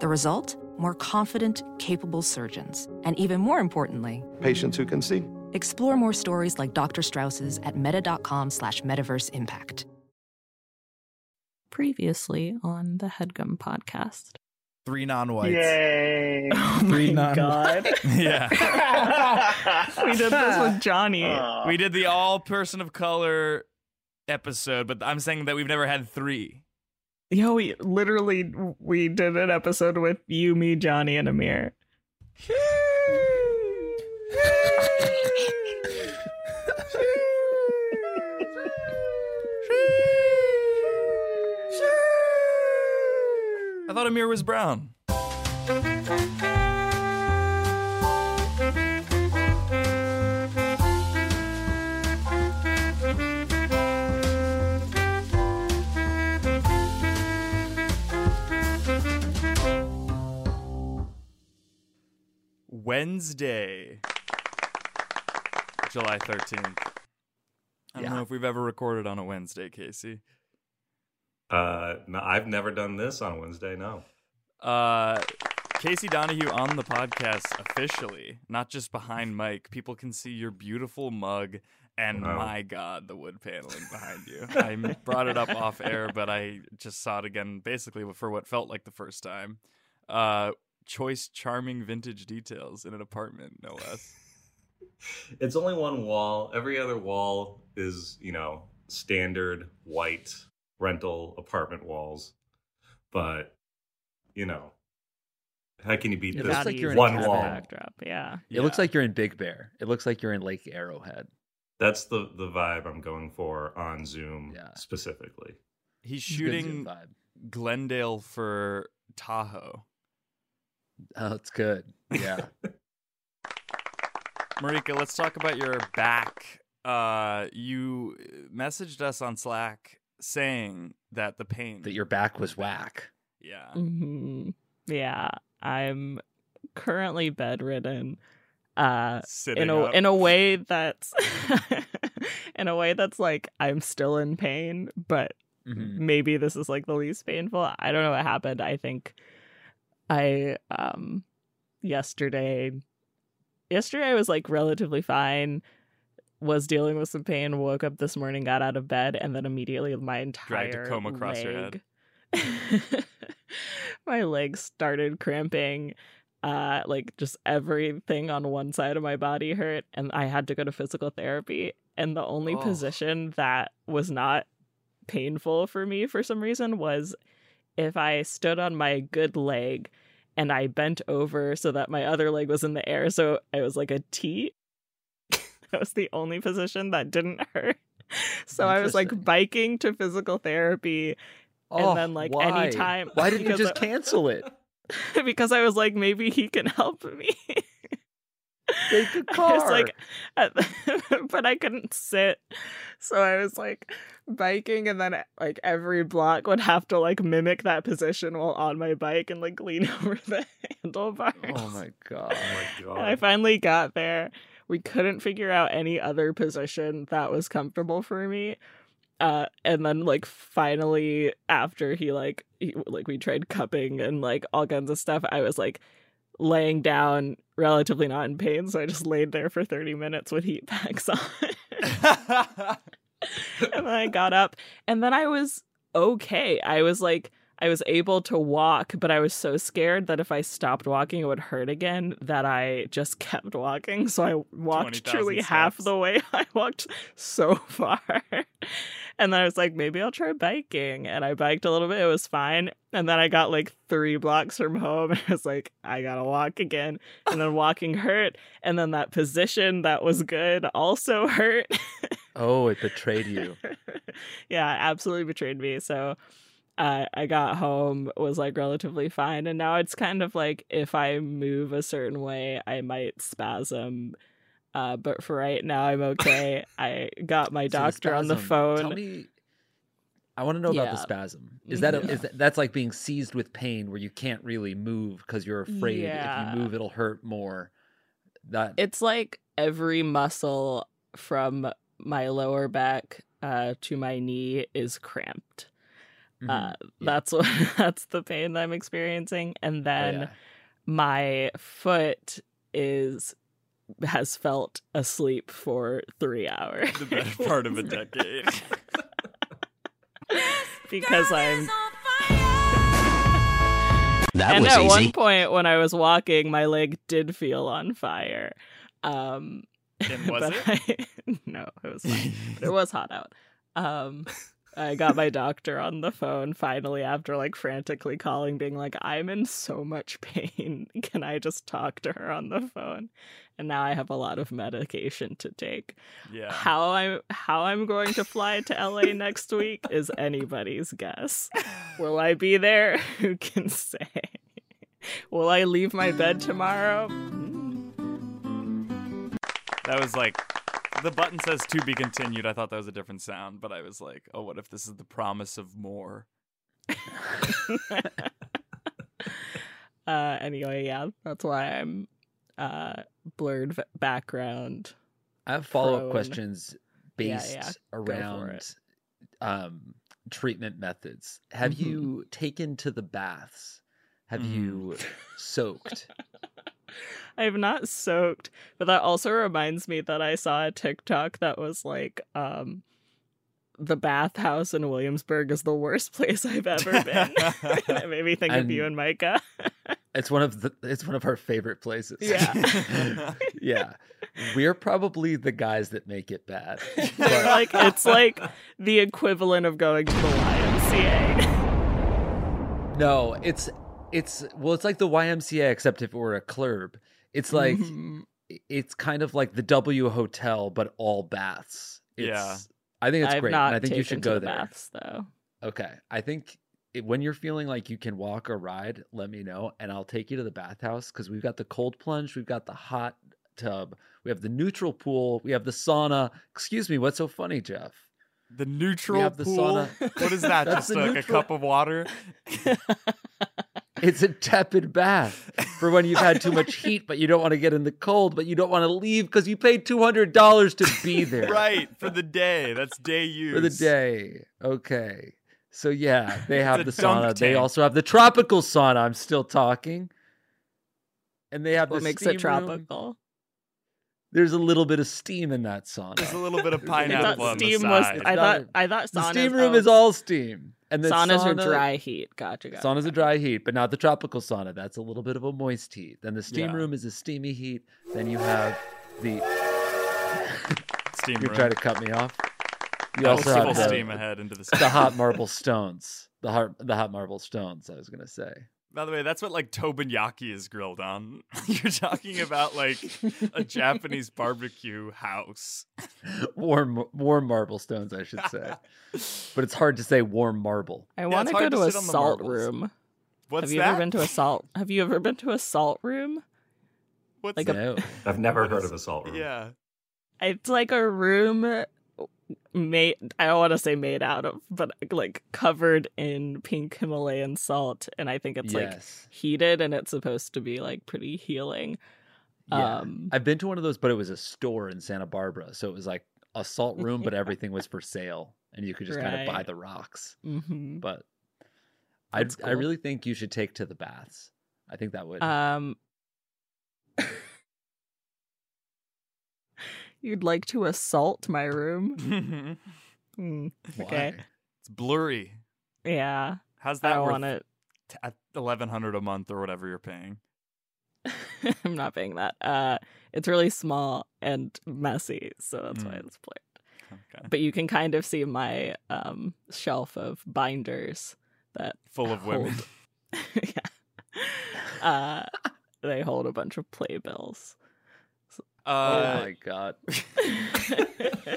The result? More confident, capable surgeons. And even more importantly, Patients who can see. explore more stories like Dr. Strauss's at meta.com slash metaverse impact. previously on the Headgum podcast. Three non-whites. Yay! Oh Three my non- god. Yeah. we did this with Johnny. Uh, We did the all person of color episode, but I'm saying that we've never had three. Yo, we literally we did an episode with you, me, Johnny, and Amir. I thought Amir was brown. Wednesday, July 13th. I don't know if we've ever recorded on a Wednesday, Casey. Uh, no, I've never done this on Wednesday. No. Uh, Casey Donahue on the podcast officially, not just behind Mike. People can see your beautiful mug and Wow. my God, the wood paneling behind you. I m- brought it up off air, but I just saw it again basically for what felt like the first time. Uh, choice, charming vintage details in an apartment, no less. It's only one wall. Every other wall is, you know, standard white rental apartment walls. But, you know, how can you beat It It this looks like you're in a one cabin. wall? Backdrop. Yeah. It looks Yeah. like you're in Big Bear. It looks like you're in Lake Arrowhead. That's the, the vibe I'm going for on Zoom Yeah. specifically. He's It's a good Zoom shooting vibe. Glendale for Tahoe. Oh, it's good. Yeah. Marika, let's talk about your back. Uh, you messaged us on Slack saying that the pain that your back was whack. yeah hmm Yeah. I'm currently bedridden. Uh sitting in a up. in a way that's in a way that's like I'm still in pain, but Mhm. Mm-hmm. maybe this is like the least painful. I don't know what happened. I think I um yesterday yesterday I was like relatively fine, was dealing with some pain, woke up this morning, got out of bed, and then immediately my entire Dragged a comb across your head. leg- my legs started cramping. Uh, like just everything on one side of my body hurt, and I had to go to physical therapy. And the only Oh. position that was not painful for me for some reason was if I stood on my good leg and I bent over so that my other leg was in the air. So I was like a T. that was the only position that didn't hurt. So I was like Interesting. biking to physical therapy Oh, then, like, why? anytime- Why didn't you because just cancel it? because I was like, maybe he can help me. Take a I was car. like, at the- but I couldn't sit, so I was like biking, and then like every block would have to like mimic that position while on my bike and like lean over the handlebars. Oh my god. Oh my God. And I finally got there. We couldn't figure out any other position that was comfortable for me. Uh, and then like finally after he like he, like we tried cupping and like all kinds of stuff, I was like laying down relatively not in pain, so I just laid there for 30 minutes with heat packs on. and then I got up and then I was okay. I was like I was able to walk, but I was so scared that if I stopped walking it would hurt again that I just kept walking. So I walked 20,000 truly half steps. the way. I walked so far. and then I was like maybe I'll try biking and I biked a little bit. It was fine. And then I got like 3 blocks from home and I was like I got to walk again. And then walking hurt and then that position that was good also hurt. Oh, it betrayed you. yeah, it absolutely betrayed me. So uh, I got home was like relatively fine, and now it's kind of like if I move a certain way, I might spasm. Uh, but for right now, I'm okay. I got my So doctor on the spasm. phone. Tell me, I want to know about the Yeah. spasm. Is that, a, Yeah. is that that's like being seized with pain where you can't really move because you're afraid Yeah. if you move it'll hurt more. That It's like every muscle from my lower back uh, to my knee is cramped. mhm. Uh, That's what that's the pain that I'm experiencing, and Oh, then yeah. my foot is has felt asleep for three hours The better part of a decade. because I'm. That and was at easy. one point when I was walking, my leg did feel on fire. Um, And was but I- no, it was fine. but it was hot out. Um, I got my doctor on the phone finally after like frantically calling, being like, I'm in so much pain. Can I just talk to her on the phone? And now I have a lot of medication to take. yeah. How I'm how I'm going to fly to LA next week is anybody's guess. Will I be there? Who can say? Will I leave my bed tomorrow? That was like the button says to be continued. I thought that was a different sound, but I was like, oh, what if this is the promise of more? uh anyway yeah that's why i'm uh blurred v- background I have follow up prone. questions Yeah, based yeah. for around um, treatment methods. Have Mhm. you taken to the baths? Have Mm. you soaked? i've not soaked but that also reminds me that i saw a tiktok that was like um the bathhouse in williamsburg is the worst place i've ever been And it made me think of you And- and micah It's one of the it's one of our favorite places. Yeah. yeah. We're probably the guys that make it bad. They're But like it's like the equivalent of going to the ymca no, it's it's well, it's like the YMCA except if it were a club. It's like Mhm. it's kind of like the W Hotel, but all baths. It's, Yeah. I think it's I've great. not And I think you should taken to go the there. baths though Okay. I think it, when you're feeling like you can walk or ride, let me know and I'll take you to the bathhouse because we've got the cold plunge, we've got the hot tub, we have the neutral pool, we have the sauna. Excuse me, what's so funny, Jeff? The neutral have the pool. sauna. What is that? That's Just the like a neutral- cup of water? It's a tepid bath for when you've had too much heat, but you don't want to get in the cold, but you don't want to leave because you paid $200 to be there right. For the day. That's day use. for the day. Okay. So, yeah, they have the It's a dunk sauna. They tank. also have the tropical sauna. I'm still talking. And they have what the makes steam it room. tropical There's a little bit of steam in that There's a sauna. little bit of I pineapple thought on the steam side. was. I It's thought. not I thought The saunas. steam room oh, is all steam, and the saunas are sauna- dry heat. Gotcha. gotcha. Sauna's a dry heat, but not the tropical sauna. That's a little bit of a moist heat. Then the steam Yeah. room is a steamy heat. Then you have the. Steam You room. try to cut me off. You That also was have full the, steam ahead into the the hot marble stones. The hot the hot marble stones. I was gonna say. By the way, that's what like Tobanyaki is grilled on. You're talking about like a Japanese barbecue house. warm warm marble stones i should say but it's hard to say warm marble I it's want to hard go to to a sit on the salt marbles. room. What's have you that? ever been to a salt? Have you ever been to a salt room? What's like a- that? no I've never What is- heard of assault room. Yeah. It's like a room made. I don't want to say made out of, but like covered in pink Himalayan salt, and I think it's like yes heated, and it's supposed to be like pretty healing. yeah Um, i've been to one of those but it was a store in santa barbara so it was like a salt room but everything was for sale and you could just kind of buy Right. the rocks Mm-hmm. hmm but i That's i cool. really think you should take to the baths i think that would Um, you'd like to assault my room? it's Hmm, okay. why? blurry. Yeah, How's I that don't worth want it. t- at 1100 a month or whatever you're paying? I'm not paying that. Uh, it's really small and messy, so that's why Mm. it's blurred. Okay. But you can kind of see my um shelf of binders that Full of women. yeah, uh, they hold a bunch of playbills. oh Uh, my god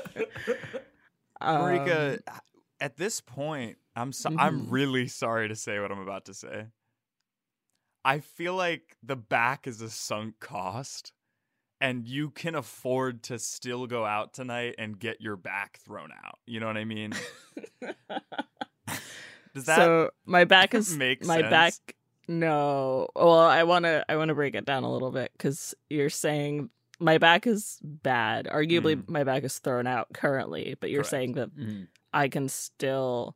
Um, Marika, at this point, I'm so- I'm Mhm. really sorry to say what I'm about to say. I feel like the back is a sunk cost and you can afford to still go out tonight and get your back thrown out. You know what I mean? Does Um, that so my back is make my sense? back. No, well, I wanna I wanna break it down a little bit because you're saying my back is bad. Arguably, my back is thrown out currently, but you're Hmm. Correct. saying that Mhm. I can still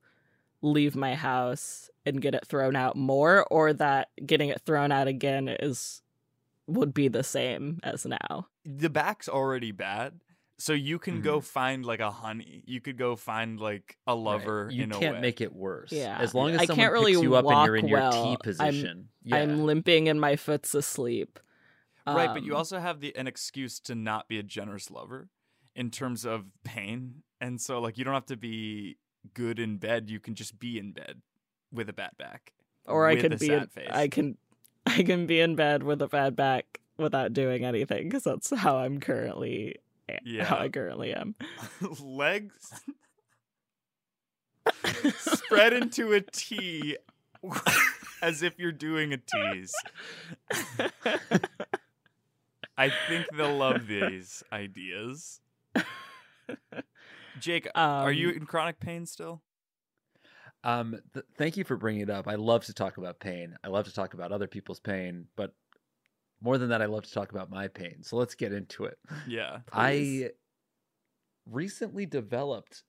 leave my house and get it thrown out more, or that getting it thrown out again is would be the same as now. the back's already bad. So you can go find like a honey. You could go find like a Mm-hmm. Right. lover You in a can't way. make it worse. Yeah. As long as I someone can't really picks you up and you're walk in well. your T I'm- position. yeah. I'm limping and my foot's asleep. Right, but you Um, also have the an excuse to not be a generous lover in terms of pain. And so like you don't have to be good in bed, you can just be in bed with a bat back. or I with a could be in, sad face. I can I can be in bed with a bad back without doing anything because that's how I'm currently Yeah. how I currently am. legs spread into a T as if you're doing a tease. I think they'll love these ideas. Jake, are you Um, in chronic pain still? Um, th- thank you for bringing it up. I love to talk about pain. I love to talk about other people's pain, but more than that, I love to talk about my pain. So let's get into it. Yeah. I recently developed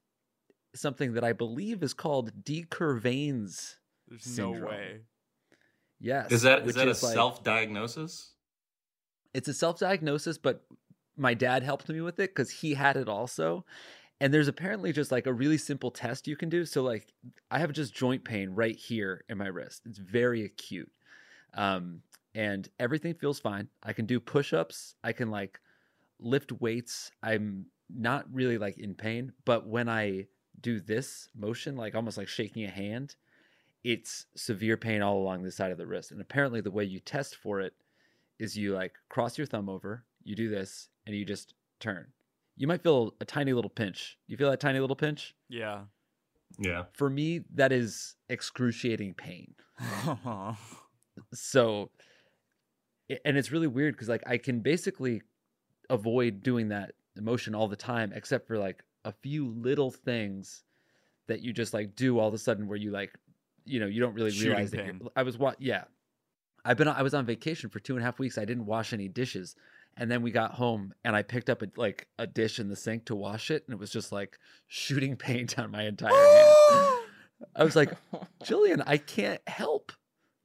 something that I believe is called decurvanes. There's no Syndrome. way. Yes, Is that is which that a like- self-diagnosis? It's a self-diagnosis, but my dad helped me with it because he had it also. And there's apparently just like a really simple test you can do. So like I have just joint pain right here in my wrist. It's very acute. Um, and everything feels fine. I can do push-ups. I can like lift weights. I'm not really like in pain, but when I do this motion, like almost like shaking a hand, it's severe pain all along the side of the wrist. And apparently the way you test for it is you like cross your thumb over, you do this, and you just turn. You might feel a tiny little pinch. You feel that tiny little pinch? Yeah. Yeah. For me, that is excruciating pain. So, a- and it's really weird because like I can basically avoid doing that emotion all the time, except for like a few little things that you just like do all of a sudden where you like, you know, you don't really Shooting realize that. pain. You're, I was what? Yeah, I've been I was on vacation for two and a half weeks. I didn't wash any dishes, and then we got home and I picked up a, like a dish in the sink to wash it, and it was just like shooting pain down my entire hand. I was like, Jillian, I can't help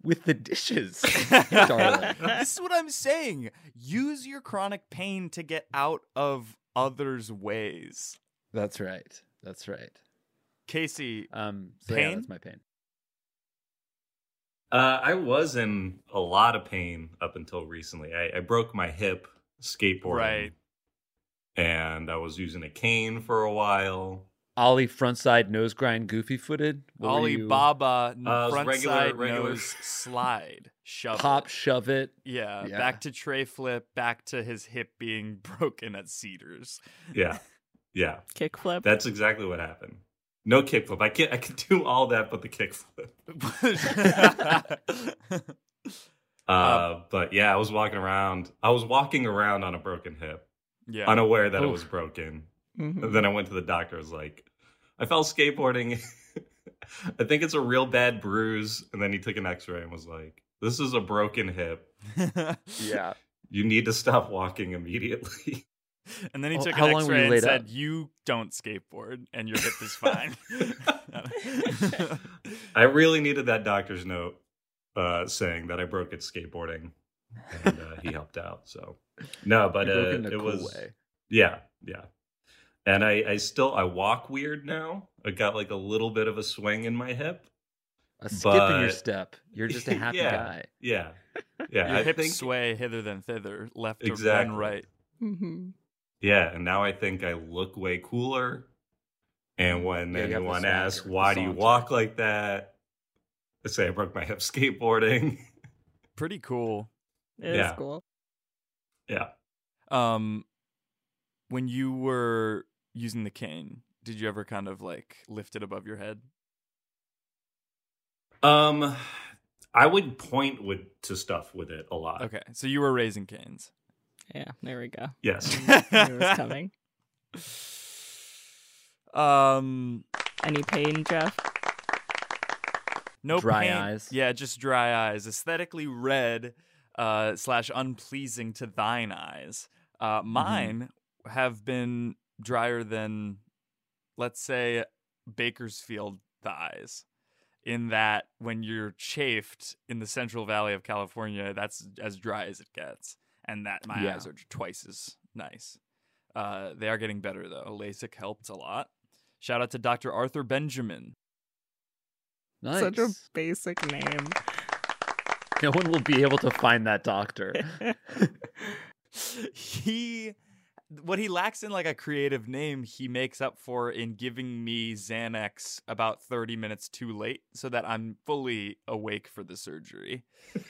with the dishes. darling. this is what I'm saying. Use your chronic pain to get out of others' ways. That's right. That's right. Casey, Um, so yeah, Pain? that's my pain. Uh, I was in a lot of pain up until recently. I, I broke my hip skateboarding, Right. And I was using a cane for a while. Ollie frontside nose grind goofy footed. What were Ollie you? Baba, Uh, it's front regular- side regular- nose slide, shove, pop it. shove it. Yeah, Yeah. back to tray flip, back to his hip being broken at Cedars. Yeah, yeah. Kickflip. That's exactly what happened. No kickflip. I can not I can do all that, but the kickflip. Uh, Uh, but yeah, I was walking around. I was walking around on a broken hip, yeah, unaware that it Oof. Mm-hmm. was broken. Mhm. And then I went to the doctor. I was like, I fell skateboarding. I think it's a real bad bruise. And then he took an X-ray and was like, This is a broken hip. Yeah. You need to stop walking immediately. and then he Oh, took how an long were X-ray you and laid said, up? "You don't skateboard, and your hip is fine." I really needed that doctor's note uh, saying that I broke it skateboarding, and uh, he helped out. So no, but You uh, broke in a it cool was way. yeah, yeah. And I, I still I walk weird now. I got like a little bit of a swing in my hip. a skip in your but- step. You're just a happy Yeah. guy. Yeah, Your yeah. I hips think sway hither than thither, left to then Exactly. right. Mhm. yeah, and now I think I look way cooler. And when Yeah, you have the anyone swagger, asks the why do you saunter. walk like that, I say I broke my hip skateboarding. Pretty cool. It is yeah. cool. yeah. Um, when you were using the cane, did you ever kind of like lift it above your head? Um, I would point with to stuff with it a lot. Okay, so you were raising canes. Yeah, there we go. Mm-hmm. Yes. Knew it was coming. Um, Any pain, Jeff? no Dry paint. eyes. Yeah, just dry eyes. Aesthetically red uh, slash unpleasing to thine eyes. Uh, Mm-hmm. mine have been drier than, let's say, Bakersfield thighs. In that, when you're chafed in the Central Valley of California, that's as dry as it gets, and that my Yeah. eyes are twice as nice. Uh, they are getting better though. LASIK helped a lot. Shout out to Dr. Arthur Benjamin. Nice. Such a basic name. No one will be able to find that doctor. he what he lacks in like a creative name he makes up for in giving me xanax about 30 minutes too late so that i'm fully awake for the surgery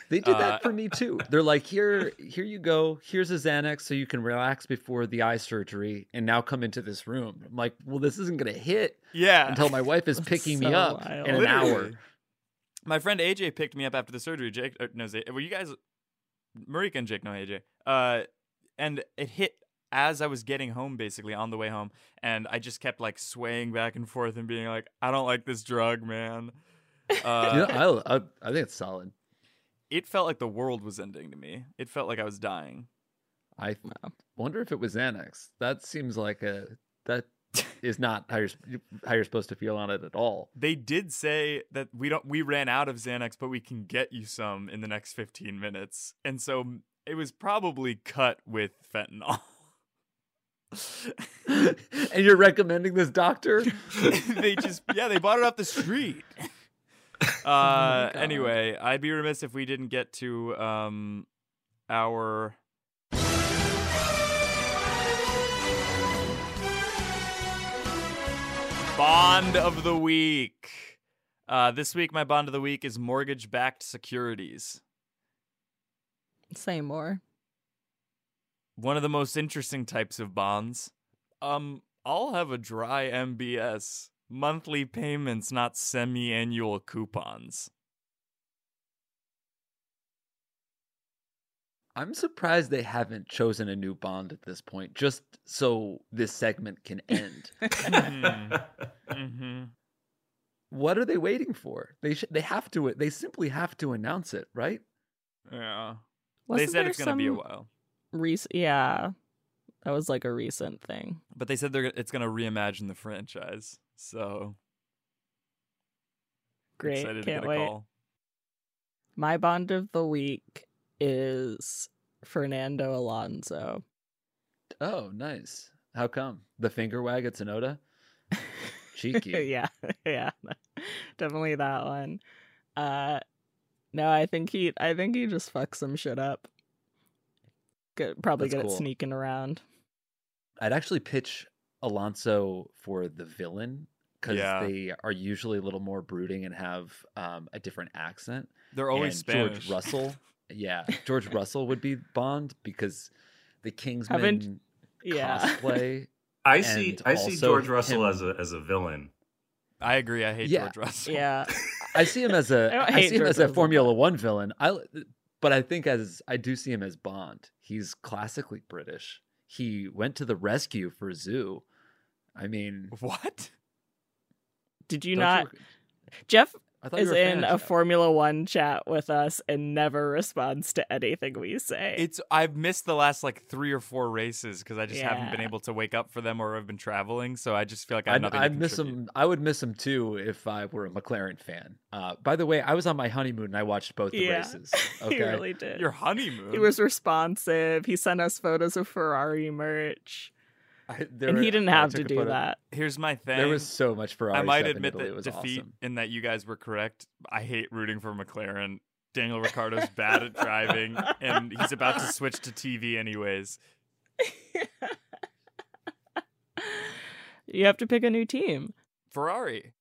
They did Uh, that for me too. They're like, here, here you go. Here's a Xanax so you can relax before the eye surgery, and now come into this room. I'm like, well, this isn't gonna hit yeah until my wife is picking me so up wild. in an hour. Literally. my friend aj picked me up after the surgery jake or, no Z- well you guys marika and jake know aj uh and it hit as i was getting home basically on the way home and i just kept like swaying back and forth and being like i don't like this drug man uh, You know, I, I, I think it's solid. it felt like the world was ending to me. It felt like I was dying. I Wow. wonder if it was Xanax. That seems like a that is not how you're s- how you're supposed to feel on it at all. They did say that we don't we ran out of Xanax, but we can get you some in the next 15 minutes. And so it was probably cut with fentanyl. and you're recommending this doctor? they just yeah, they bought it off the street. Uh anyway, I'd be remiss if we didn't get to um our Bond of the week. Uh, this week, my bond of the week is mortgage-backed securities. Say more. One of the most interesting types of bonds. Um, I'll have a dry MBS. Monthly payments, not semi-annual coupons. I'm surprised they haven't chosen a new bond at this point, just so this segment can end. Mm-hmm. what are they waiting for? They sh- they have to they simply have to announce it, right? Yeah. Wasn't they said there it's gonna be a some while, rec- yeah, that was like a recent thing. but they said they're it's gonna reimagine the franchise. So Great, excited to can't get a wait. call. My bond of the week is Fernando Alonso. Oh, nice. How come? The finger wag at Sonoda? Cheeky. yeah, yeah, definitely that one. Uh, no, I think he, I think he just fucks some shit up. Good, probably That's good cool. at sneaking around. I'd actually pitch Alonso for the villain because Yeah. they are usually a little more brooding and have um, a different accent. They're always and George Spanish. Russell. Yeah, George Russell would be Bond because the Kingsman Yeah, cosplay. I see. And I see also George Russell him- as a as a villain. I agree. I hate Yeah. George Russell. yeah, I see him as a I don't I, hate see him George as a Russell, Formula One villain. I but I think as I do see him as Bond. He's classically British. He went to the rescue for Zoo. I mean, What? Did you don't not? Jeff I thought you is were fan, in a Jeff. Formula One chat with us and never responds to anything we say. It's I've missed the last like three or four races because I just haven't been Yeah. able to wake up for them or I've been traveling. So I just feel like I have I'd, nothing. I'd to miss contribute. him. I would miss him too if I were a McLaren fan. Uh, by the way, I was on my honeymoon and I watched both the Yeah. races. He Okay, really did. Your honeymoon. He was responsive. He sent us photos of Ferrari merch, I- there and were- he didn't I have took to a do photo. that. Here's my thing. There was so much Ferrari. I might stuff in admit Italy. It that was defeat awesome. in that you guys were correct. I hate rooting for McLaren. Daniel Ricciardo's bad at driving, and he's about to switch to TV anyways. you have to pick a new team. Ferrari.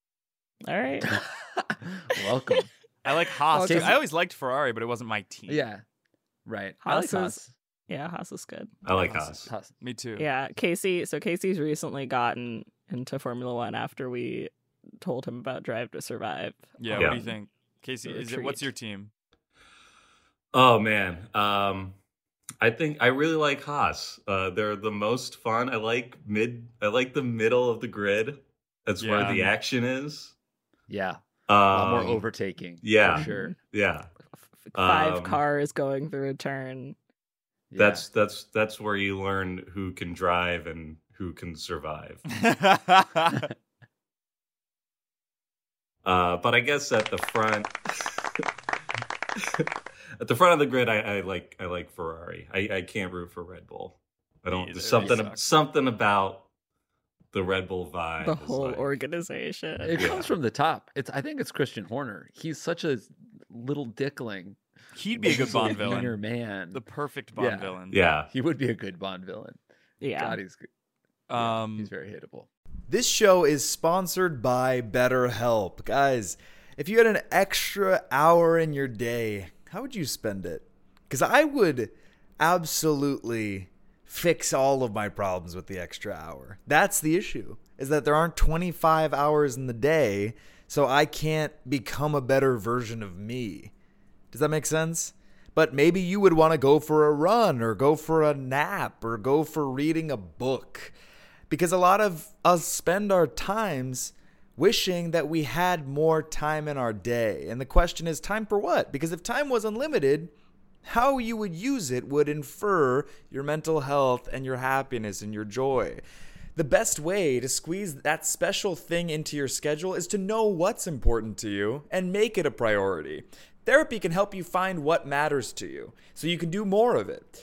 All right. Welcome. I like Haas. Okay. too. I always liked Ferrari, but it wasn't my team. Oh, Yeah, right. Haas is- Yeah, Haas is good. I like Haas. Haas. Haas. Me too. Yeah, Casey. So Casey's recently gotten into Formula One after we told him about Drive to Survive. Yeah, Yeah. What do you think? Casey, The is it, what's your retreat. team? Oh man, um, I think I really like Haas. Uh, they're the most fun. I like mid. I like the middle of the grid. That's where Yeah. the action is. Yeah, Um, a lot more overtaking. yeah. for sure. Yeah, F- Five Um, cars going through a turn. Yeah. that's that's that's where you learn who can drive and who can survive. Uh, but I guess at the front, at the front of the grid, I, I like I like Ferrari. I, I can't root for Red Bull. I Me don't. either. There's They something suck. something about the Red Bull vibe. The is whole like- organization. it yeah. comes from the top. It's I think it's Christian Horner. He's such a little dickling. He'd be a good He's like Bond meaner villain. man. The perfect Bond Yeah. villain. Yeah, he would be a good Bond villain. yeah. God, he's good. yeah, Um, he's very hateable. This show is sponsored by BetterHelp. Guys, if you had an extra hour in your day, how would you spend it? Because I would absolutely fix all of my problems with the extra hour. That's the issue, is that there aren't 25 hours in the day, so I can't become a better version of me. Does that make sense? But maybe you would want to go for a run or go for a nap or go for reading a book. Because a lot of us spend our times wishing that we had more time in our day. And the question is time for what? Because if time was unlimited, how you would use it would infer your mental health and your happiness and your joy. The best way to squeeze that special thing into your schedule is to know what's important to you and make it a priority. Therapy can help you find what matters to you so you can do more of it.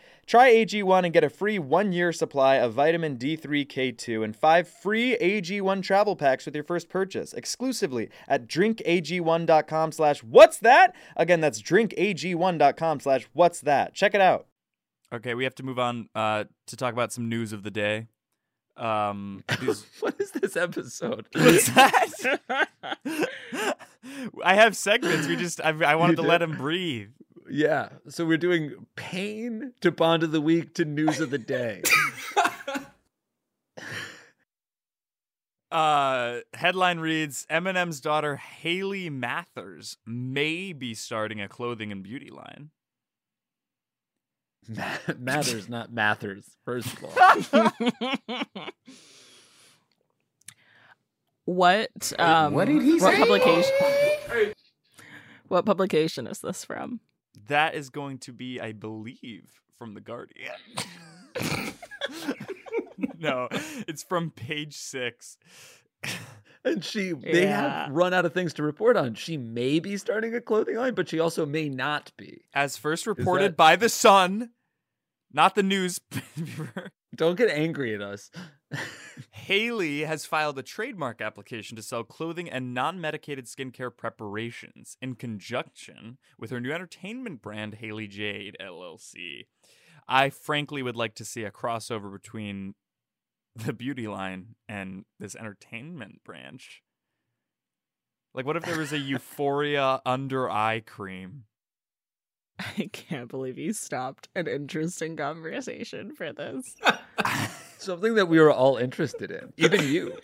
Try AG1 and get a free one year supply of vitamin D3K2 and five free AG1 travel packs with your first purchase exclusively at drinkag1.com slash what's that? Again, that's drinkag1.com slash what's that. Check it out. okay, we have to move on uh, to talk about some news of the day. Um, these- what is this episode? What's that? I have segments. We just I, I wanted You to do. let him breathe. yeah, so we're doing pain to Bond of the week to news of the day. Uh, headline reads: Eminem's daughter Haley Mathers may be starting a clothing and beauty line. Ma- Mathers, not Mathers. First of all, what um what did he what publication what publication is this from That is going to be, I believe, from the Guardian. no, it's from page six. and she they Yeah. have run out of things to report on. She may be starting a clothing line, but she also may not be. As first reported that- by the Sun, not the newspaper. Don't get angry at us. Haley has filed a trademark application to sell clothing and non medicated skincare preparations in conjunction with her new entertainment brand, Haley Jade LLC. I frankly would like to see a crossover between the beauty line and this entertainment branch. Like, what if there was a Euphoria under eye cream? I can't believe you stopped an interesting conversation for this. Something that we were all interested in, even you,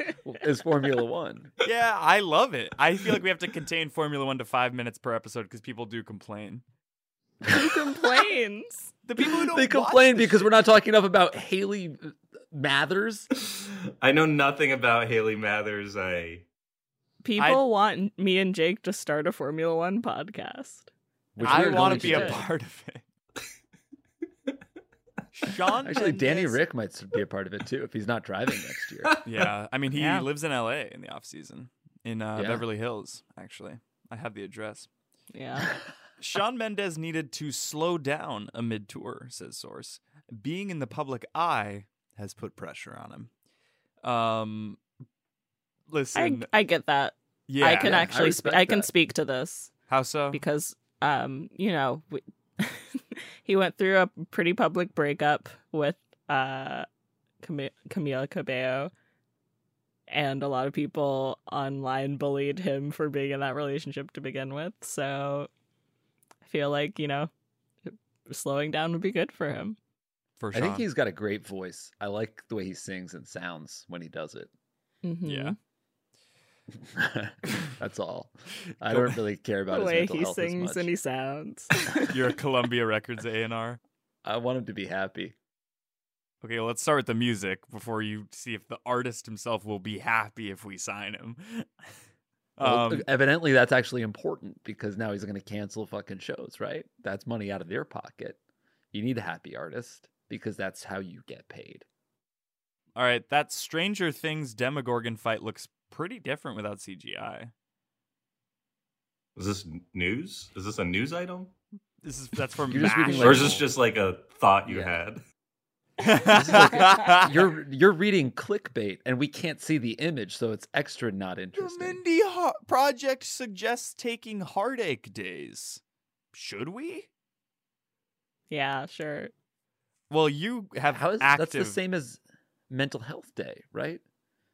is Formula One. Yeah, I love it. I feel like we have to contain Formula One to five minutes per episode because people do complain. Who complains? The people who don't They watch complain this because shit- we're not talking enough about Haley uh, Mathers. I know nothing about Haley Mathers. I People want me and Jake to start a Formula One podcast. Which I we're want going to be a do. part of it. Sean Actually, Danny Mendez- Rick might be a part of it too if he's not driving next year. Yeah, I mean he Yeah. lives in L.A. in the off season in uh, Yeah. Beverly Hills. Actually, I have the address. Yeah. Sean Mendez needed to slow down amid tour, says source. Being in the public eye has put pressure on him. Um, I, listen, I get that. yeah, I can yeah, I actually sp- respect I can that. speak to this how so? because um you know we- he went through a pretty public breakup with uh Cam- Camila Cabello and a lot of people online bullied him for being in that relationship to begin with. So I feel like, you know, slowing down would be good for him. For I Sean, think he's got a great voice. I like the way he sings and sounds when he does it. Mhm. yeah. That's all. I Go- don't really care about The his way mental he health as sings much. and he sounds. You're a Columbia Records A and R. I want him to be happy. Okay, well, let's start with the music before you see if the artist himself will be happy if we sign him. Well, Um, evidently, that's actually important because now he's going to cancel fucking shows, right? That's money out of their pocket. You need a happy artist because that's how you get paid. all right, that Stranger Things Demogorgon fight looks pretty different without CGI. is this news? Is this a news item, This is that's from You're just reading, MASH. or is this just like a thought you Yeah. had? This is like- you're you're reading clickbait, and we can't see the image, so it's extra not the interesting. Mindy Ho- Project suggests taking heartache days. Should we? yeah, sure. Well, you have How is active. that's the same as Mental Health Day, right?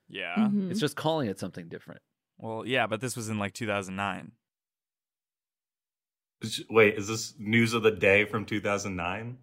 Yeah. Mhm. It's just calling it something different. Well, yeah, but this was in like 2009. Is- Wait, is this news of the day from 2009?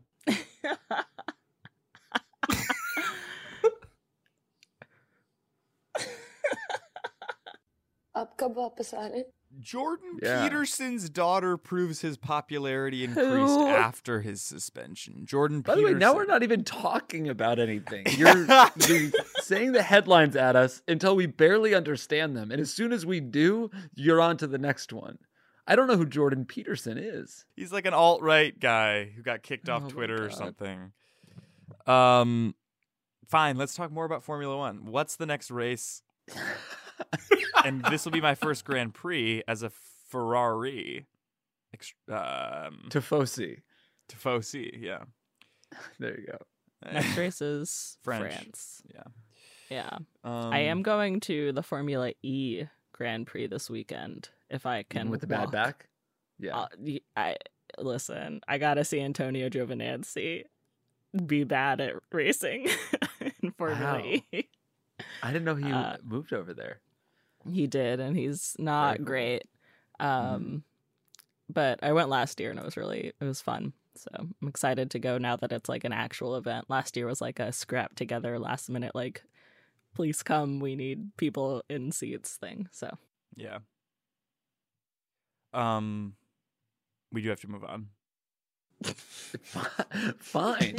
आपका वापस आ रहे हैं Jordan Yeah. Peterson's daughter proves his popularity increased Who? after his suspension. Jordan By the way, Peterson. now we're not even talking about anything. You're, you're saying the headlines at us until we barely understand them. And as soon as we do, you're on to the next one. I don't know who Jordan Peterson is. He's like an alt right guy who got kicked off e- Oh my Twitter or God. something. Um, fine. Let's talk more about Formula One. What's the next race? and this will be my first Grand Prix as a Ferrari. Ex- Um, Tifosi. Tifosi, yeah. There you go. Next race is French. France. Yeah. Yeah. Um, I am going to the Formula E Grand Prix this weekend if I Even can. with the bad walk. Uh, back. Yeah. I'll- y- I listen. I gotta see Antonio Giovinazzi be bad at racing in Formula Wow. E. I didn't know he uh, moved over there. He did, and he's not Very cool. Mm-hmm. great. Um, but I went last year, and it was really it was fun. So I'm excited to go now that it's like an actual event. Last year was like a scrap together, last minute like, please come, we need people in seats thing. So Yeah. Um, we do have to move on. Fine.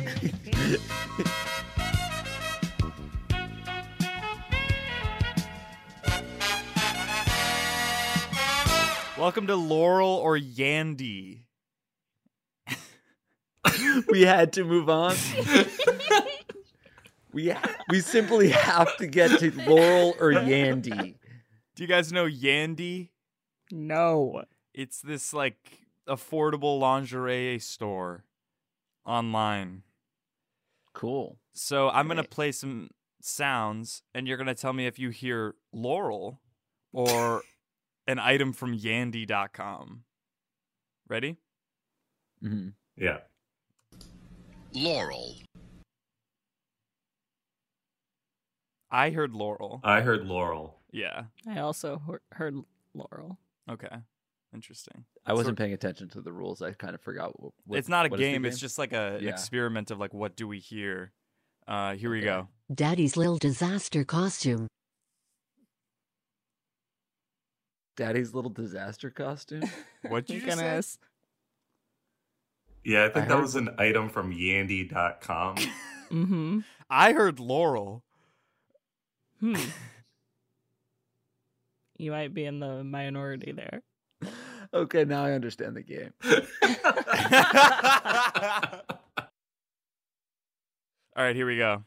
Welcome to Laurel or Yandy. we had to move on. we ha- we simply have to get to Laurel or Yandy. Do you guys know Yandy? no, It's this like affordable lingerie store online. Cool. So I'm gonna play some sounds, and you're gonna tell me if you hear Laurel or an item from Yandy.com. Ready? hmm Yeah. Laurel. I heard Laurel. I heard Laurel. Yeah. I also hear- heard Laurel. Okay. Interesting. I wasn't paying attention to the rules. I kind of forgot. What, what- it's not a what is the game. It's just like a, an Yeah. experiment of like what do we hear. Uh, here we Okay. go. Daddy's Lil Disaster Costume. Daddy's little disaster costume. What'd you You're just say? gonna Yeah, I think I that heard- was an item from Yandy.com. Mm-hmm. I heard Laurel. Hmm. you might be in the minority there. okay, now I understand the game. All right, here we go.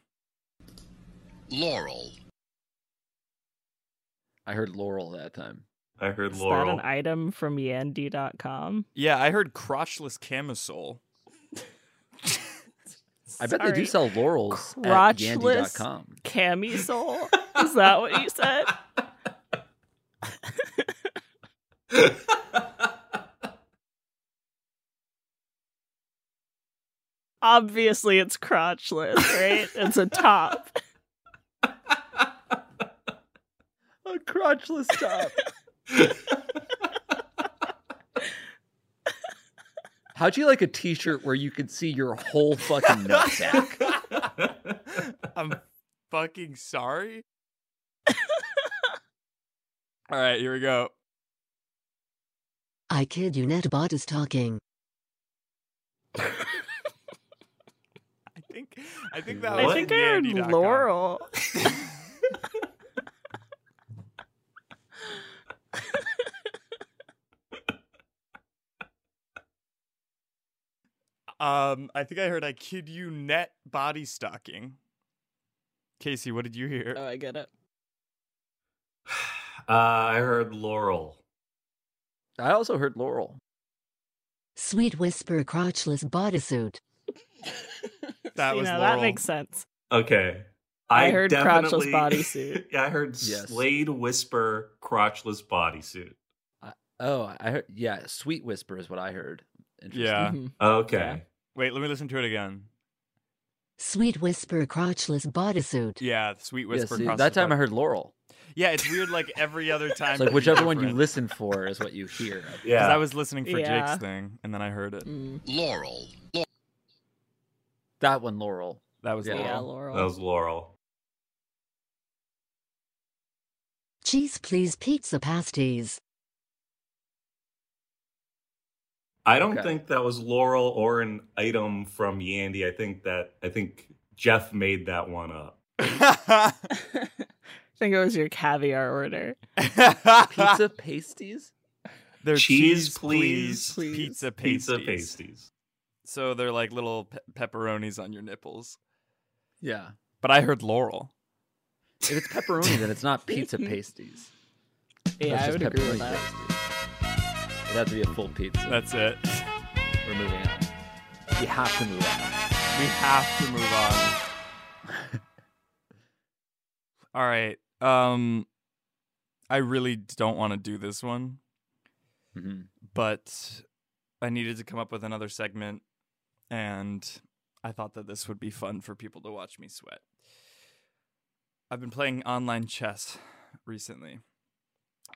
Laurel. I heard Laurel that time. I heard Is that Laurel. an item from Yandy.com? Yeah, I heard crotchless camisole. I bet they do Sorry. sell laurels at Crotchless- yandy.com. Camisole? Is that what you said? Obviously, it's crotchless, right? it's a top. A crotchless top. How'd you like a t-shirt where you could see your whole fucking nutsack? I'm fucking sorry. All right, here we go. I kid you, Netbot is talking. I think I think that I was think in I heard Yandy.com. Laurel. Um, I think I heard I kid you net body stocking. Casey, what did you hear? Oh, I get it. uh, I heard Laurel. I also heard Laurel. Sweet Whisper Crotchless Bodysuit. that You was know, Laurel. that makes sense. Okay. I heard crotchless definitely- bodysuit. yeah, I heard Yes. Slade Whisper crotchless bodysuit. Oh, I heard yeah, Sweet Whisper is what I heard. Interesting. Yeah. Mhm. Okay. Wait, let me listen to it again. Sweet Whisper Crotchless Bodysuit. Yeah, sweet Yeah, whisper. see, across that the time I park. heard Laurel. Yeah, it's weird. Like every other time, It's like it'd be whichever one you different. listen for is what you hear. Because Yeah. I was listening for Yeah. Jake's thing, and then I heard it. Mm. Laurel. That one, Laurel. That was Yeah. Laurel. Yeah, Laurel. that was Laurel. Cheese Please Pizza Pasties. I don't Okay. think that was Laurel or an item from Yandy. I think that I think Jeff made that one up. I think it was your caviar order. Pizza pasties? They're Cheese, cheese, please, please, please. pizza pasties. Pizza pasties. So they're like little pe- pepperonis on your nipples. Yeah. But I heard Laurel. If it's pepperoni, then it's not pizza pasties. Yeah, That's I just would agree pepperoni with that. pasties. It'd have to be a full pizza. That's it. We're moving on. You have to move on. We have to move on. All right. Um, I really don't want to do this one. Mm-hmm. but I needed to come up with another segment, and I thought that this would be fun for people to watch me sweat. I've been playing online chess recently,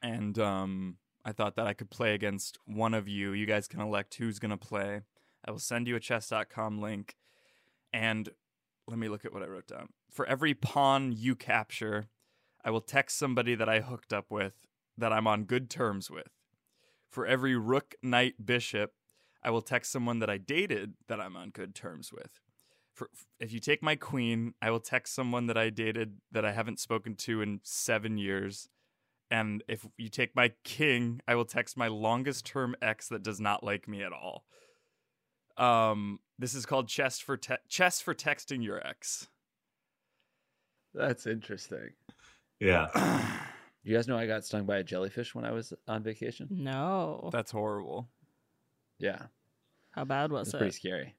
and um, I thought that I could play against one of you. You guys can elect who's going to play. I will send you a chess.com link, and let me look at what I wrote down. For every pawn you capture, I will text somebody that I hooked up with that I'm on good terms with. For every rook, knight, bishop, I will text someone that I dated that I'm on good terms with. For, if you take my queen, I will text someone that I dated that I haven't spoken to in seven years. And if you take my king, I will text my longest term ex that does not like me at all. Um, this is called chess for te- chess for texting your ex. That's interesting. Yeah. You guys know I got stung by a jellyfish when I was on Mm. vacation? No. That's horrible. Yeah. How bad was It's it? pretty scary.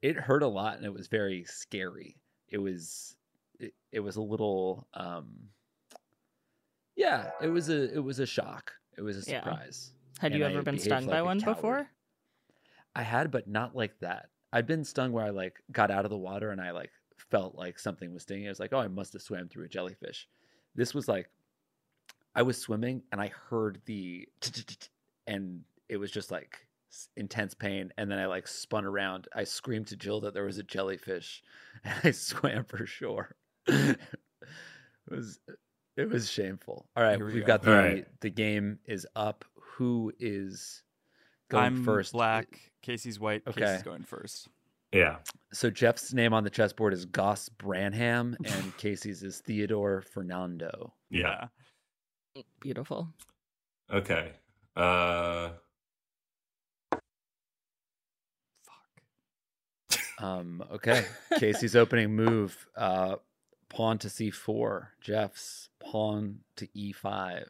It hurt a lot and it was very scary. it was it, it was a little um yeah, it was a it was a shock. It was a Yeah. surprise. Had you And I ever been behaved stung like by a one coward. before? I had, but not like that. I'd been stung where I like got out of the water and I like felt like something was stinging. I was like, oh, I must have swam through a jellyfish. This was like, I was swimming and I heard the and it was just like s- intense pain. And then I like spun around. I screamed to Jill that there was a jellyfish, and I swam for shore. it was it was shameful. All right, Here we we have go. got the All right. the game is up. Who is going I'm first? black. Casey's white. Okay. Casey's going first. Yeah. So Jeff's name on the chessboard is Goss Branham, and Casey's is Theodore Fernando. Yeah. Beautiful. Okay. Uh Um, okay, Casey's opening move: uh, pawn to c4. Jeff's pawn to E e5.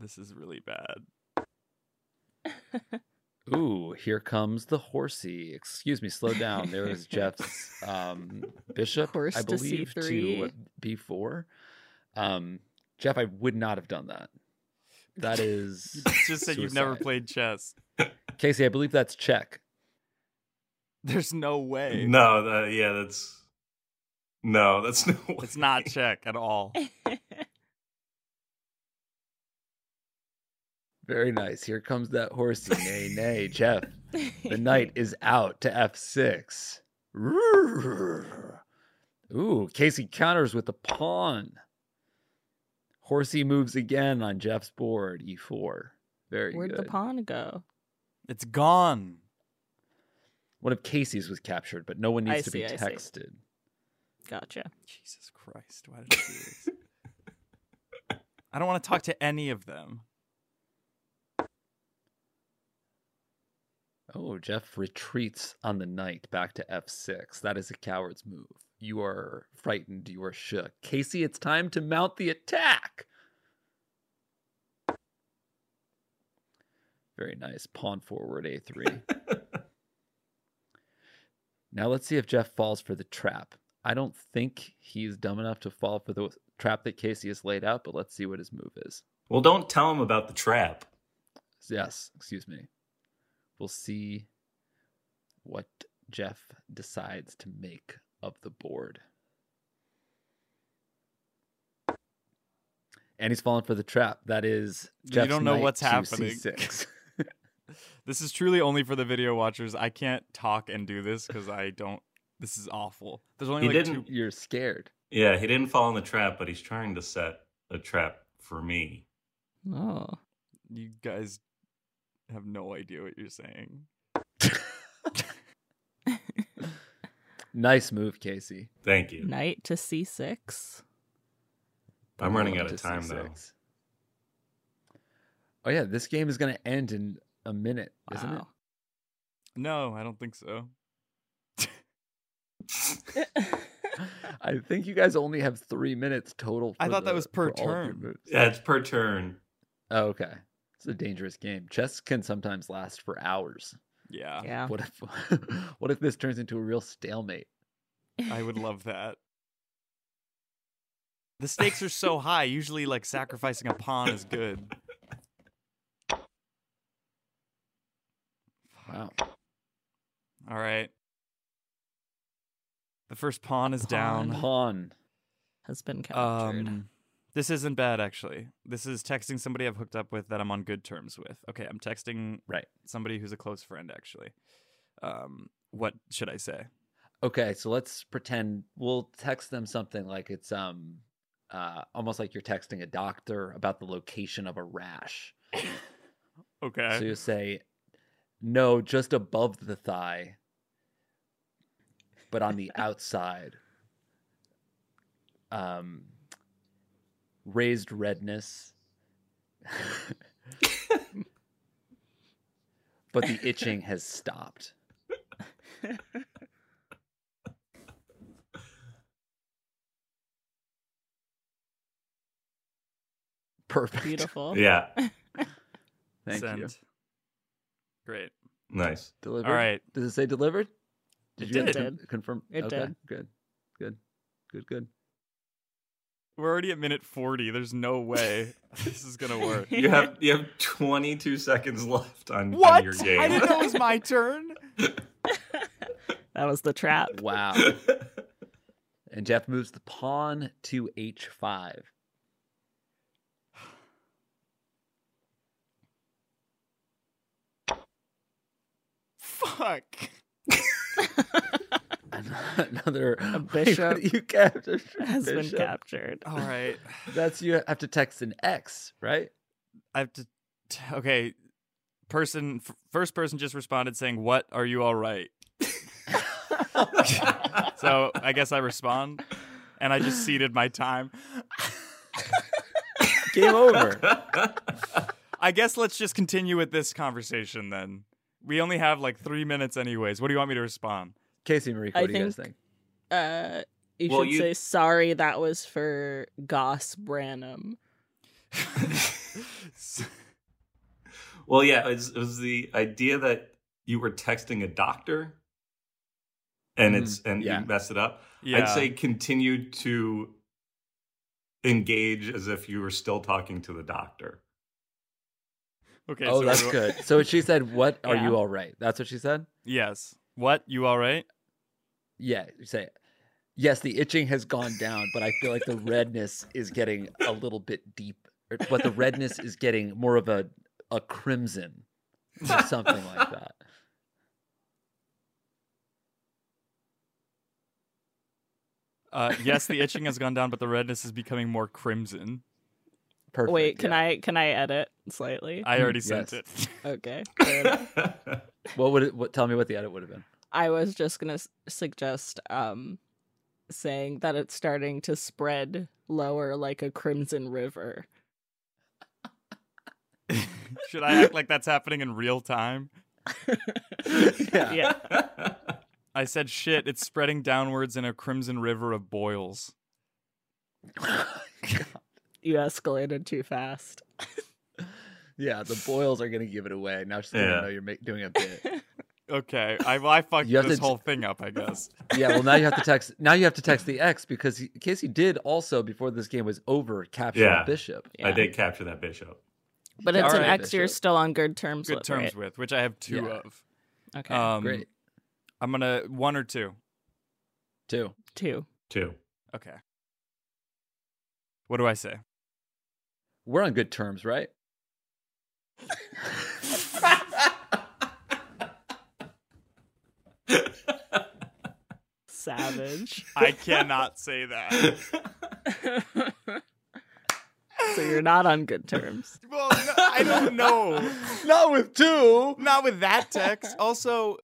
This is really bad. Ooh, here comes the horsey. Excuse me, slow down. There is Jeff's um, bishop, Horse I to believe, to, C3. b4. Um, Jeff, I would not have done that. That is You just said you've never suicide. played chess. Casey. I believe that's check. There's no way. no, that, yeah, that's No, that's no way. It's not check at all. Very nice. Here comes that horsey. Nay, nay, Jeff. The knight is out to f6. Roar. Ooh, Casey counters with the pawn. Horsey moves again on Jeff's board, e4. Very Where'd good. the pawn go? It's gone. One of Casey's was captured, but no one I needs to be see, I see. texted. Gotcha. Jesus Christ. Why did I do this? I don't want to talk to any of them. Oh, Jeff retreats on the knight back to f6. That is a coward's move. You are frightened. You are shook. Casey, it's time to mount the attack. Very nice. Pawn forward a3. now let's see if Jeff falls for the trap. I don't think he's dumb enough to fall for the trap that Casey has laid out, but let's see what his move is. Well, don't tell him about the trap. Yes, excuse me. We'll see what Jeff decides to make of the board. And he's falling for the trap. That is, You Jeff's don't know knight what's to happening. C6. This is truly only for the video watchers. I can't talk and do this because I don't. This is awful. There's only He like didn't- two. You're scared. Yeah, he didn't fall in the trap, but he's trying to set a trap for me. Oh. You guys have no idea what you're saying. Nice move, Casey. Thank you. Knight to c6. I'm running out to of time though. C6. Oh yeah, this game is going to end in a minute, isn't it? Wow. No, I don't think so. I think you guys only have three minutes total. I for thought that the- was per for all of your turn. moves. Yeah, it's per turn. Oh, okay. It's a dangerous game. Chess can sometimes last for hours. Yeah, Yeah. What if what if this turns into a real stalemate? I would love that. The stakes are so high. Usually, like sacrificing a pawn is good. Wow. All right. The first pawn is down. Pawn. Has been captured. Um, this isn't bad actually. This is texting somebody I've hooked up with that I'm on good terms with. Okay, I'm texting Right. somebody who's a close friend actually. Um, what should I say? Okay, so let's pretend we'll text them something like it's um uh almost like you're texting a doctor about the location of a rash. Okay. So you say, no, just above the thigh, but on the outside. Um, raised redness. but the itching has stopped. Perfect. Oh. Beautiful. Yeah, Thank you. Great. nice. Delivered. All right. Does it say delivered? Did It you did. con- confirm? It okay, did. Good, good, good, good. We're already at minute 40. There's no way this is going to work. You have you have 22 seconds left on, on What? your game. I didn't know it was my turn. That was the trap. Wow. and Jeff moves the pawn to h5. Fuck. An- Another bishop you captured Has been bishop. captured. All right. That's you have to text an X, right? I have to. t- Okay. Person, f- first person just responded saying, What? Are you all right? so I guess I respond. And I just ceded my time. Game over. I guess let's just continue with this conversation then. We only have like three minutes, anyways. What do you want me to respond? Casey and Mariko, I what do you guys think- think? Uh, you Well, should you- say sorry. That was for Goss Branham. well, yeah, it was, it was the idea that you were texting a doctor, and it's and yeah. you messed it up. Mm, Yeah. I'd say continue to engage as if you were still talking to the doctor. Okay. oh, so that's what do I- good. So she said, "What are Yeah. you all right?" That's what she said. Yes. What? You all right? Yeah, you say, "Yes, the itching has gone down, but I feel like the redness is getting a little bit deep, or- but the redness is getting more of a a crimson or something like that." Uh, yes, the itching has gone down, but the redness is becoming more crimson. Perfect. Wait, can yeah. I can I edit slightly? I already Mm, sent yes. it. okay. fair enough. What would it? What, tell me what the edit would have been. I was just gonna s- suggest um saying that it's starting to spread lower like a crimson river. Should I act like that's happening in real time? Yeah. Yeah. I said, shit, it's spreading downwards in a crimson river of boils. You escalated too fast. yeah, the boils are gonna give it away. Now she's Yeah. gonna know you're ma- doing a bit. Okay, I, well, I fucked You have this to- whole thing up, I guess. Yeah, well now you have to text now you have to text the X because he, Casey did also before this game was over capture the Yeah. bishop. I did capture that bishop. But it's All an right, X you're Bishop. still on good terms Good with. terms right? with, which I have two Yeah. of. Okay. Um, Great. I'm gonna one or two. Two. Two. too. Okay. What do I say? We're on good terms, right? Savage. I cannot say that. so you're not on good terms. Well, no, I don't know. Not with two. Not with that text. Also,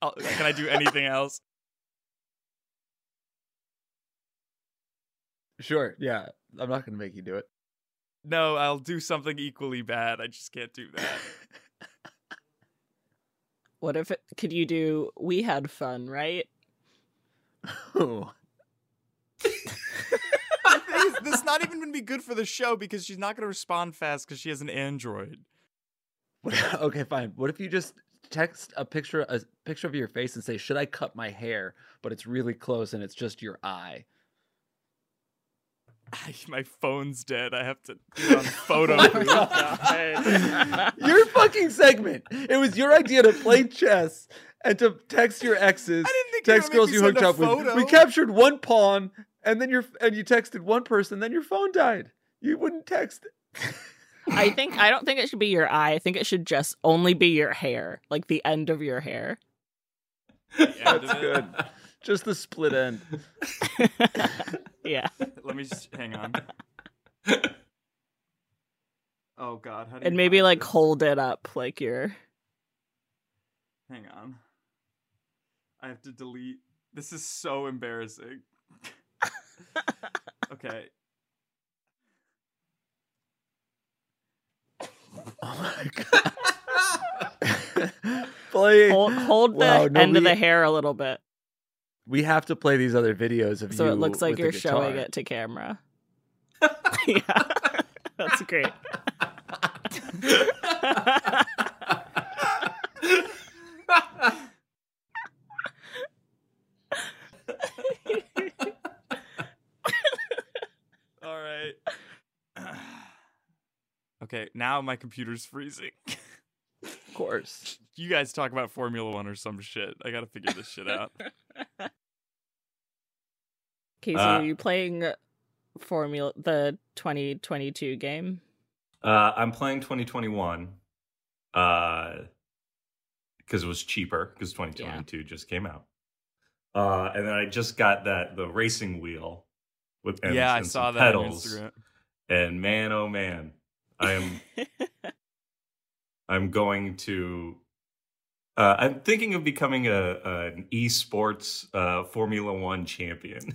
oh, can I do anything else? Sure. Yeah. I'm not gonna make you do it. No, I'll do something equally bad. I just can't do that. What if it could you do we had fun, right? Ooh. The thing is, this is not even gonna be good for the show because she's not gonna respond fast because she has an android. What- okay, fine. What if you just text a picture a picture of your face and say, "Should I cut my hair?" But it's really close and it's just your eye. my phone's dead. I have to do it on photo. booth. your fucking segment. It was your idea to play chess and to text your exes, I didn't think you were text gonna girls make you me hooked send a up with. We photo. captured one pawn, and then your and you texted one person, then your phone died. You wouldn't text. I think I don't think it should be your eye. I think it should just only be your hair, like the end of your hair. That's Good. Just the split end. Yeah. Let me just hang on. Oh God! How do And you maybe hide like this? hold it up like you're Hang on. I have to delete. This is so embarrassing. okay. Oh my god. play. hold, hold the Wow, no, end of we- the hair a little bit We have to play these other videos of so you. it looks like with the you're showing guitar. it to camera. yeah. That's great. Okay, now my computer's freezing. Of course. you guys talk about Formula One or some shit. I gotta figure this shit out. Casey, Uh, are you playing Formula the 2022 game? Uh, I'm playing 2021 because it was cheaper because 2022 just came out. Uh, and then I just got that the racing wheel with and, yeah, I and saw some that pedals. on Instagram. And man, oh man, I am I'm going to. Uh, I'm thinking of becoming a, a an esports uh, Formula One champion.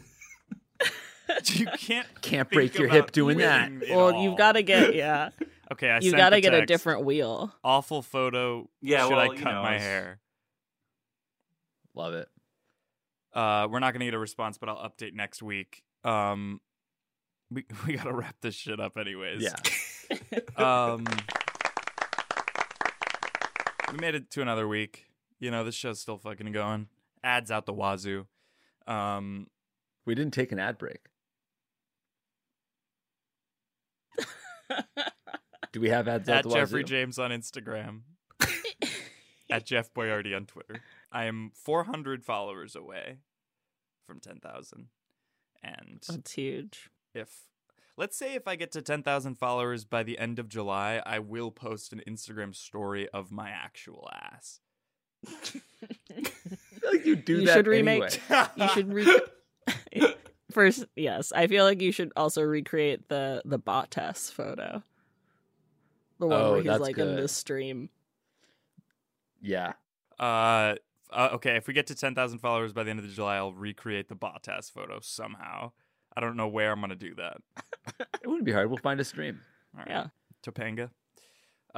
You can't Can't think break your about hip doing that. winning at well, all. you've got to get yeah. Okay, I you've got to get a different wheel. awful photo. Yeah, should I well, cut you know, my it's- hair? Love it. Uh, we're not gonna get a response, but I'll update next week. Um, we we gotta wrap this shit up, anyways. Yeah. uh, Um, we made it to another week. You know, this show's still fucking going. Ads out the wazoo. Um, We didn't take an ad break. Do we have ads out at the Jeffrey wazoo? James on Instagram. at Jeff Boyardi on Twitter. I am 400 followers away from 10,000. And That's huge. if let's say if I get to 10,000 followers by the end of July, I will post an Instagram story of my actual ass. I feel like you do You that should remake- anyway. You should re- First, yes, I feel like you should also recreate the the bot test photo. The one Oh, where he's that's like in good. this stream. Yeah. Uh, uh, okay, if we get to 10,000 followers by the end of July, I'll recreate the Bottas photo somehow. I don't know where I'm going to do that. It wouldn't be hard. We'll find a stream. All right. Yeah. Topanga.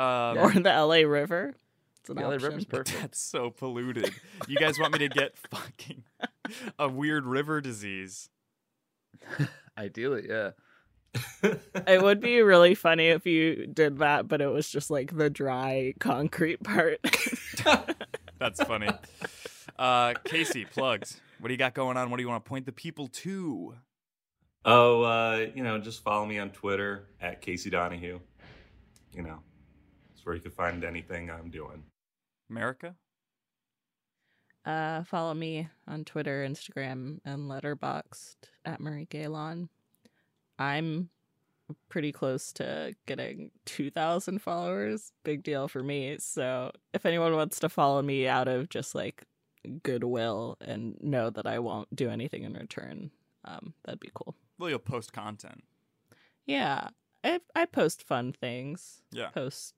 Um, Or the LA River. It's an The LA option. River's perfect. That's so polluted. You guys want me to get fucking a weird river disease? Ideally, yeah. It would be really funny if you did that, but it was just like the dry concrete part. That's funny. Uh, Casey, plugs. What do you got going on? What do you want to point the people to? Oh, uh, you know, just follow me on Twitter at Casey Donahue. You know, it's where you can find anything I'm doing. America? uh, follow me on Twitter, Instagram, and Letterboxd at Marie Galon. I'm pretty close to getting 2,000 followers. Big deal for me. So if anyone wants to follow me out of just like goodwill and know that I won't do anything in return, um, that'd be cool. Well, you'll post content. Yeah, I, I post fun things. Yeah. post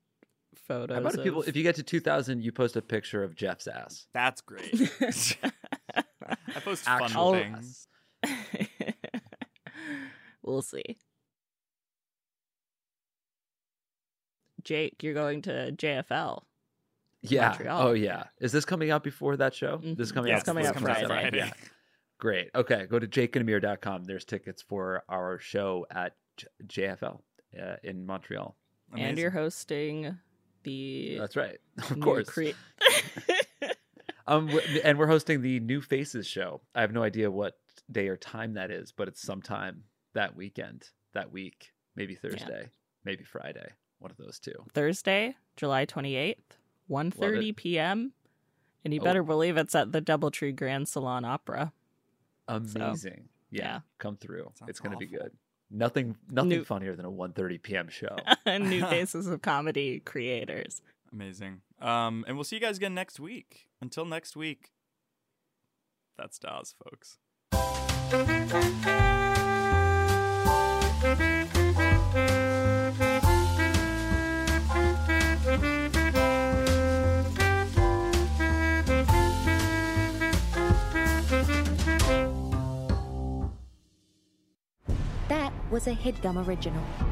photos. How about if people? of- If you get to two thousand, you post a picture of Jeff's ass. That's great. I post Actual fun ass. things. we'll see. Jake, you're going to JFL. Yeah. Montreal. Oh yeah. Is this coming out before that show? This is Mhm. coming Yeah, out. it's coming before out that show. Friday. Yeah. Great. Okay. Go to jakeandamir.com. There's tickets for our show at J- JFL uh, in Montreal. And you're Amazing. hosting the That's right. Of new course. crea- um, w- and we're hosting the New Faces show. I have no idea what day or time that is, but it's sometime that weekend, that week, maybe Thursday, maybe Friday, one of those two. Thursday, July 28th, 1:30 p.m. And you Oh. better believe it's at the Doubletree Grand Salon Opera. Amazing. yeah, yeah. Come through. Sounds it's going to be awful. good. Nothing nothing New- funnier than a 1:30 p.m. show. New faces of comedy creators. Amazing. Um, and we'll see you guys again next week. Until next week, that's Dawes, folks. That was a headgum original.